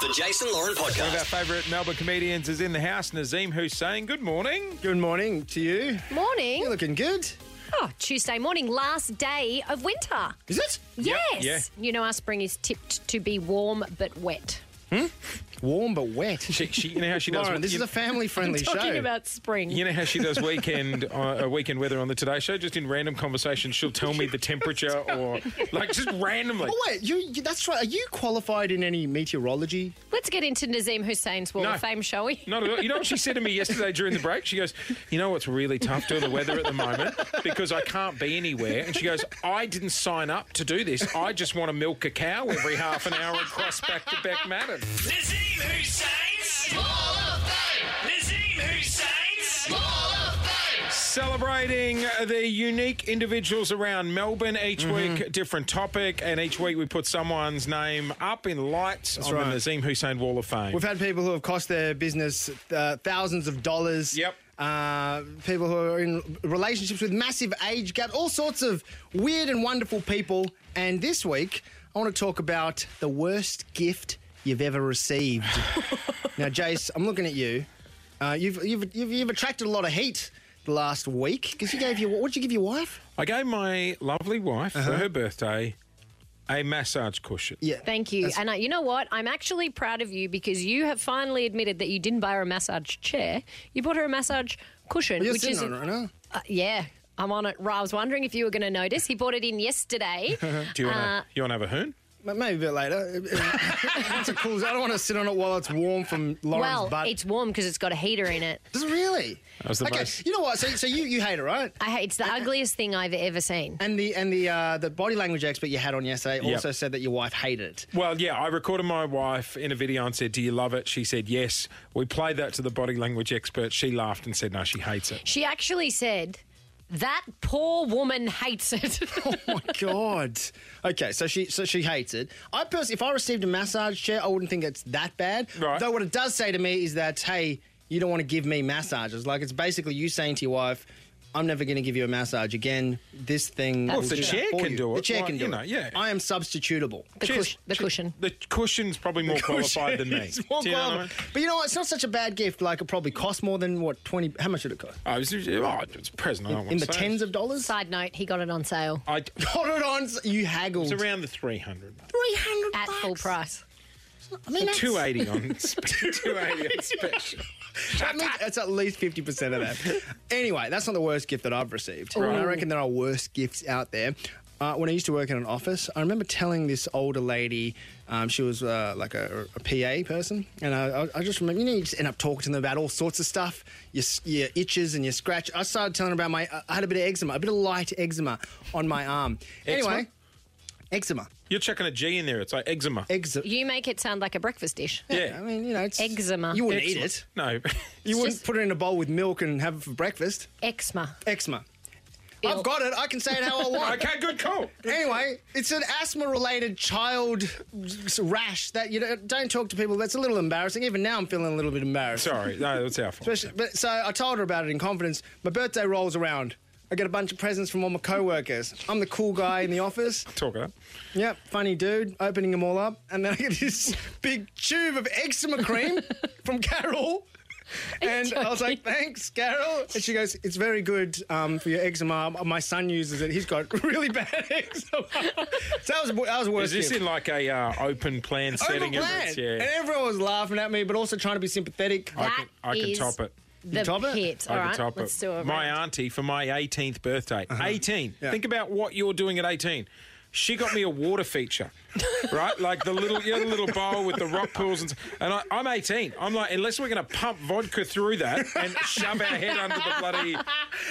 The Jason Lauren One of our Podcast. favourite Melbourne comedians is in the house, Nazim Hussain. Good morning. Good morning to you. Morning. You're looking good. Oh, Tuesday morning, last day of winter. Is it? Yes. yeah. You know, our spring is tipped to be warm but wet. Warm but wet. She, she, you know how she does. Lauren, this you, is a family friendly show. Talking about spring. you know how she does weekend uh, uh, weekend weather on the Today Show. Just in random conversations, she'll tell me the temperature or like just randomly. oh, wait, you, you, that's right. Are you qualified in any meteorology? Let's get into Nazim Hussein's Wall No. of Fame, shall we? Not at all. You know what she said to me yesterday during the break? She goes, You know what's really tough doing the weather at the moment? Because I can't be anywhere. And she goes, I didn't sign up to do this. I just want to milk a cow every half an hour and cross back to back Madden. Nazim Hussein's Wall of Fame. Nazim Hussein's Wall of Fame. Celebrating the unique individuals around Melbourne each Mm-hmm. week, different topic, and each week we put someone's name up in lights on the right. Nazim Hussein Wall of Fame. We've had people who have cost their business uh, thousands of dollars. Yep. Uh, people who are in relationships with massive age gap, all sorts of weird and wonderful people. And this week, I want to talk about the worst gift you've ever received. now, Jace, I'm looking at you. Uh, you've, you've, you've, you've attracted a lot of heat the last week because you gave your what did you give your wife? I gave my lovely wife for her birthday a massage cushion. Uh-huh. Yeah. Thank you. That's- and I, you know what? I'm actually proud of you because you have finally admitted that you didn't buy her a massage chair. You bought her a massage cushion, You're which sitting is on it right now. Uh, yeah. I'm on it. Ra, I was wondering if you were going to notice. He bought it in yesterday. Do you want to Uh, you wanna have a hoon? M- Maybe a bit later. it's a cool. I don't want to sit on it while it's warm from Lauren's well, butt. it's warm because it's got a heater in it. Does it really? was the okay, most- you know what? So, so you, you hate it, right? I hate, it's the Uh, ugliest thing I've ever seen. And the and the uh, the body language expert you had on yesterday Yep. also said that your wife hated it. Well, yeah, I recorded my wife in a video and said, Do you love it? She said, Yes. We played that to the body language expert. She laughed and said, No, she hates it. She actually said, that poor woman hates it. Oh my god. Okay, so she so she hates it. I personally, if I received a massage chair, I wouldn't think it's that bad. Right. Though what it does say to me is that hey, you don't want to give me massages. Like it's basically you saying to your wife. I'm never going to give you a massage again. This thing. Well, will if the do that chair for can you. do The it, chair why, can do you know, it. yeah. I am substitutable. the, Cheers. cush- the Che- cushion. The cushion's probably more qualified than me. It's more Do you know what I qualified. But you know what? It's not such a bad gift. Like it probably cost more than what twenty. How much did it cost? mean? I was, oh, it's a present. I don't In wanna the say it. tens of dollars. Side note, he got it on sale I, Got it on. You haggled. it's around the 300 mark. three hundred at full price. I mean, that's, 280 on spe- 280 on special. that means that's at least fifty percent of that. anyway, that's not the worst gift that I've received. And I reckon there are worse gifts out there. Uh, when I used to work in an office, I remember telling this older lady, um, she was uh, like a, a PA person, and I, I- I just remember, you know, you just end up talking to them about all sorts of stuff, your, s- your itches and your scratch. I started telling her about my, I had a bit of eczema, a bit of light eczema on my arm. Eczema? Anyway, eczema. You're chucking a G in there. It's like eczema. Eczema. You make it sound like a breakfast dish. yeah. I mean, you know, it's Eczema. You wouldn't eat Eczema. it. No. You wouldn't just- put it in a bowl with milk and have it for breakfast. Eczema. Eczema. Ew. I've got it. I can say it how I want. okay, good call. Anyway, it's an asthma-related child rash that you don't- don't talk to people. That's a little embarrassing. Even now, I'm feeling a little bit embarrassed. Sorry. No, it's our fault. Especially- But, so I told her about it in confidence. My birthday rolls around. I get a bunch of presents from all my co-workers. I'm the cool guy in the office. Talk about Yep, funny dude, opening them all up, and then I get this big tube of eczema cream from Carol. And I was like, thanks, Carol. And she goes, it's very good um, for your eczema. My son uses it. He's got really bad eczema. so that was, that was worse. Is this in like a uh, open plan setting? plan. It's- Yeah. And everyone was laughing at me, but also trying to be sympathetic. I can, That I can is top it. The top it? pit. I All can right, top let's it. do it. My auntie for my 18th birthday. 18. Uh-huh. Yeah. Think about what you're doing at 18. She got me a water feature, right? Like the little, you know, the little bowl with the rock pools, and, s- and I, I'm 18. I'm like, unless we're going to pump vodka through that and shove our head under the bloody,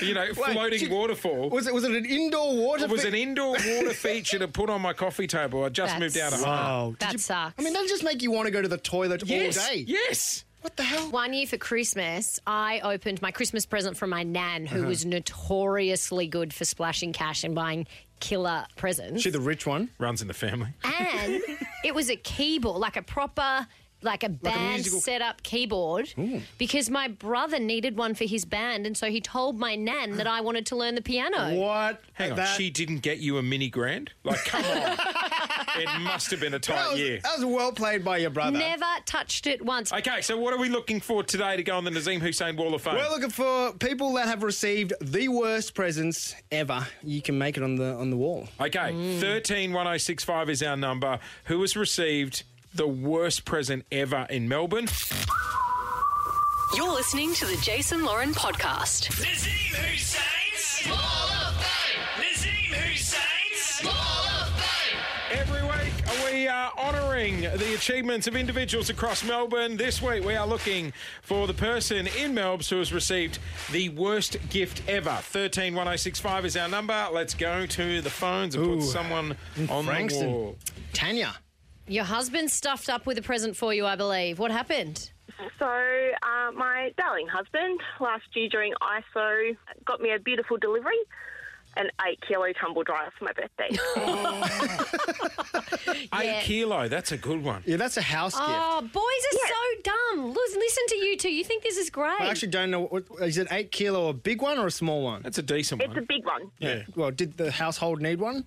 you know, floating she- waterfall. Was it was it an indoor water? it was fe- an indoor water feature to put on my coffee table. I just That's- moved out of home. Wow. Oh, Did That you- sucks. I mean, that'll just make you want to go to the toilet Yes. all day. Yes. What the hell? One year for Christmas, I opened my Christmas present from my nan, Uh-huh. who was notoriously good for splashing cash and buying killer presents. She the rich one. Runs in the family. and it was a keyboard, like a proper, like a band musical- set up keyboard, because my brother needed one for his band, and so he told my nan that I wanted to learn the piano. What? Hang on, That- she didn't get you a mini grand? Like, come on. It must have been a That tight was, year. that was well played by your brother. Never touched it once. Okay, so what are we looking for today to go on the Nazim Hussein Wall of Fame? We're looking for people that have received the worst presents ever. You can make it on the on the wall. Okay, Mm. 131065 is our number. Who has received the worst present ever in Melbourne? You're listening to the Jason Lauren podcast. Nazim Hussein's Wall of Fame. Nazim Hussein's Wall of Fame. Every week we are honouring the achievements of individuals across Melbourne. This week we are looking for the person in Melbs who has received the worst gift ever. 131065 is our number. Let's go to the phones and Ooh. put someone on the Frankston. wall. Tanya. Your husband stuffed up with a present for you, I believe. What happened? So, uh, my darling husband last year during ISO got me a beautiful delivery, an eight kilo tumble dryer for my birthday. Eight kilo, that's a good one. Yeah, that's a house gift. Oh, boys are so dumb. Listen, listen to you two. You think this is great. I actually don't know. What, is it eight kilo, a big one or a small one? That's a decent it's a one. big one. yeah. Well, did the household need one?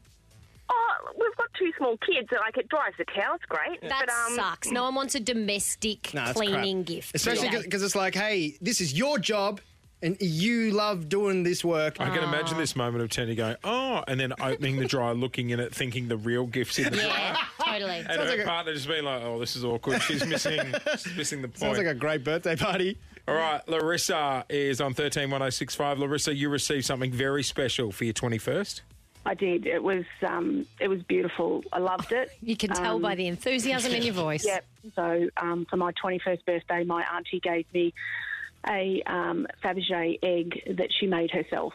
Oh, we've got two small kids, so like it drives the cow. It's great. that but, um, sucks. No one wants a domestic No, that's cleaning crap. gift. Especially today. because it's like, hey, this is your job, and you love doing this work. I can imagine this moment of Tanya going, oh, and then opening the dryer, looking in it, thinking the real gift's in the dryer. Yeah, totally. And her like a- partner just being like, oh, this is awkward. She's missing, she's missing the point. Sounds like a great birthday party. All right, Larissa is on 131065. Larissa, you received something very special for your 21st. I did. It was um, it was beautiful. I loved it. You can tell Um, by the enthusiasm in your voice. Yep. So um, for my 21st birthday, my auntie gave me a um, Fabergé egg that she made herself.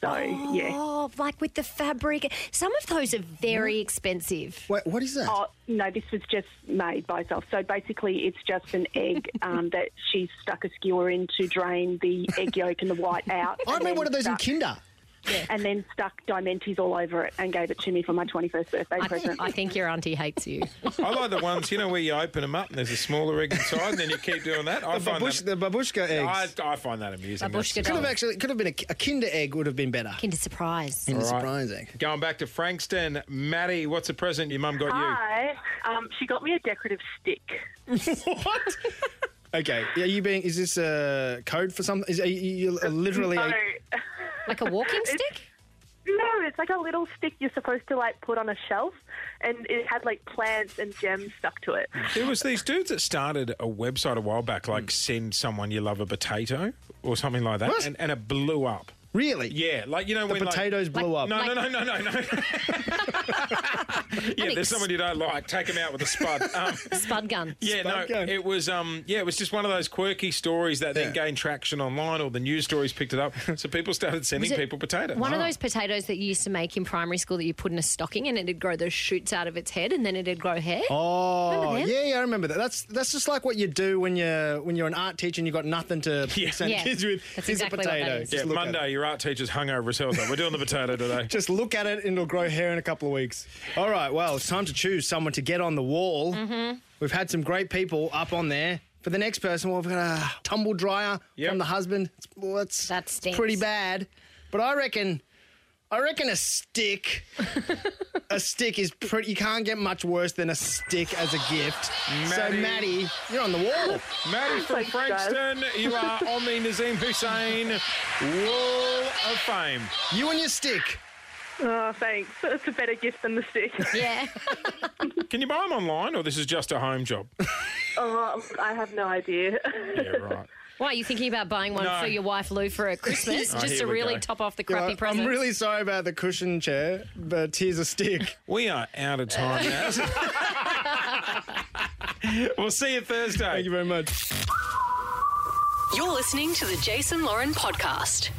So yeah. Oh, like with the fabric. Some of those are very Mm-hmm. expensive. Wait, what is that? Oh, no, this was just made by herself. So basically, it's just an egg um, that she stuck a skewer in to drain the egg yolk and the white out. I and made then one of those in stuck- Kinder. And then stuck Dimentis all over it and gave it to me for my 21st birthday I, present. I think your auntie hates you. I like the ones, you know, where you open them up and there's a smaller egg inside, and then you keep doing that. I, The, find, babush, the that, babushka I, eggs. I find that amusing. That's- Babushka Could have doll. actually could have been a, a Kinder egg would have been better. Kinder surprise. Kinder All right. surprise egg. Going back to Frankston, Maddie, what's a present your mum got Hi. Um, she got me a decorative stick. Okay, are you being? Is this a code for something? Is are you, you literally? So, Like a walking stick? no, it's like a little stick you're supposed to like put on a shelf, and it had like plants and gems stuck to it. you? There was these dudes that started a website a while back, like send someone you love a potato or something like that, What? And, and it blew up. really? Yeah, like you know when like- Potatoes blew up. No, Like- no, no, no, no, no. yeah, there's someone you don't like. Take him out with a spud. Um, Spud gun. yeah, no, Spud gun. it was. Um, yeah, it was just one of those quirky stories that then Yeah. gained traction online, or the news stories picked it up. So people started sending Was it people Oh. potatoes. One Oh. of those potatoes that you used to make in primary school that you put in a stocking and it'd grow those shoots out of its head and then it'd grow hair. Oh, Remember them? yeah, yeah, I remember that. That's that's just like what you do when you're when you're an art teacher and you've got nothing to send Yeah. kids with. That's Here's exactly a what that potato. is. Yeah, look at it. Monday, your art teacher's hungover as hell. though. We're doing the potato today. Just look at it and it'll grow hair in a couple of weeks. All right, well, it's time to choose someone to get on the wall. Mm-hmm. We've had some great people up on there. For the next person, we've got a tumble dryer Yep. from the husband. It's, well, that's That stinks. pretty bad. But I reckon, I reckon a stick, a stick is pretty. You can't get much worse than a stick as a gift. So Maddie. Maddie, you're on the wall. Maddie from Thanks, guys. Frankston, you are on the Nazim Hussein Wall of Fame. You and your stick. Oh, thanks. It's a better gift than the stick. Yeah. Can you buy them online, or this is just a home job? oh, I have no idea. Yeah, right. Why are you thinking about buying one No. for your wife Lou for her Christmas Oh, just here to we really go. top off the crappy Uh, present? I'm really sorry about the cushion chair, but here's a stick. We are out of time now. we'll see you Thursday. Thank you very much. You're listening to the Jason Lauren podcast.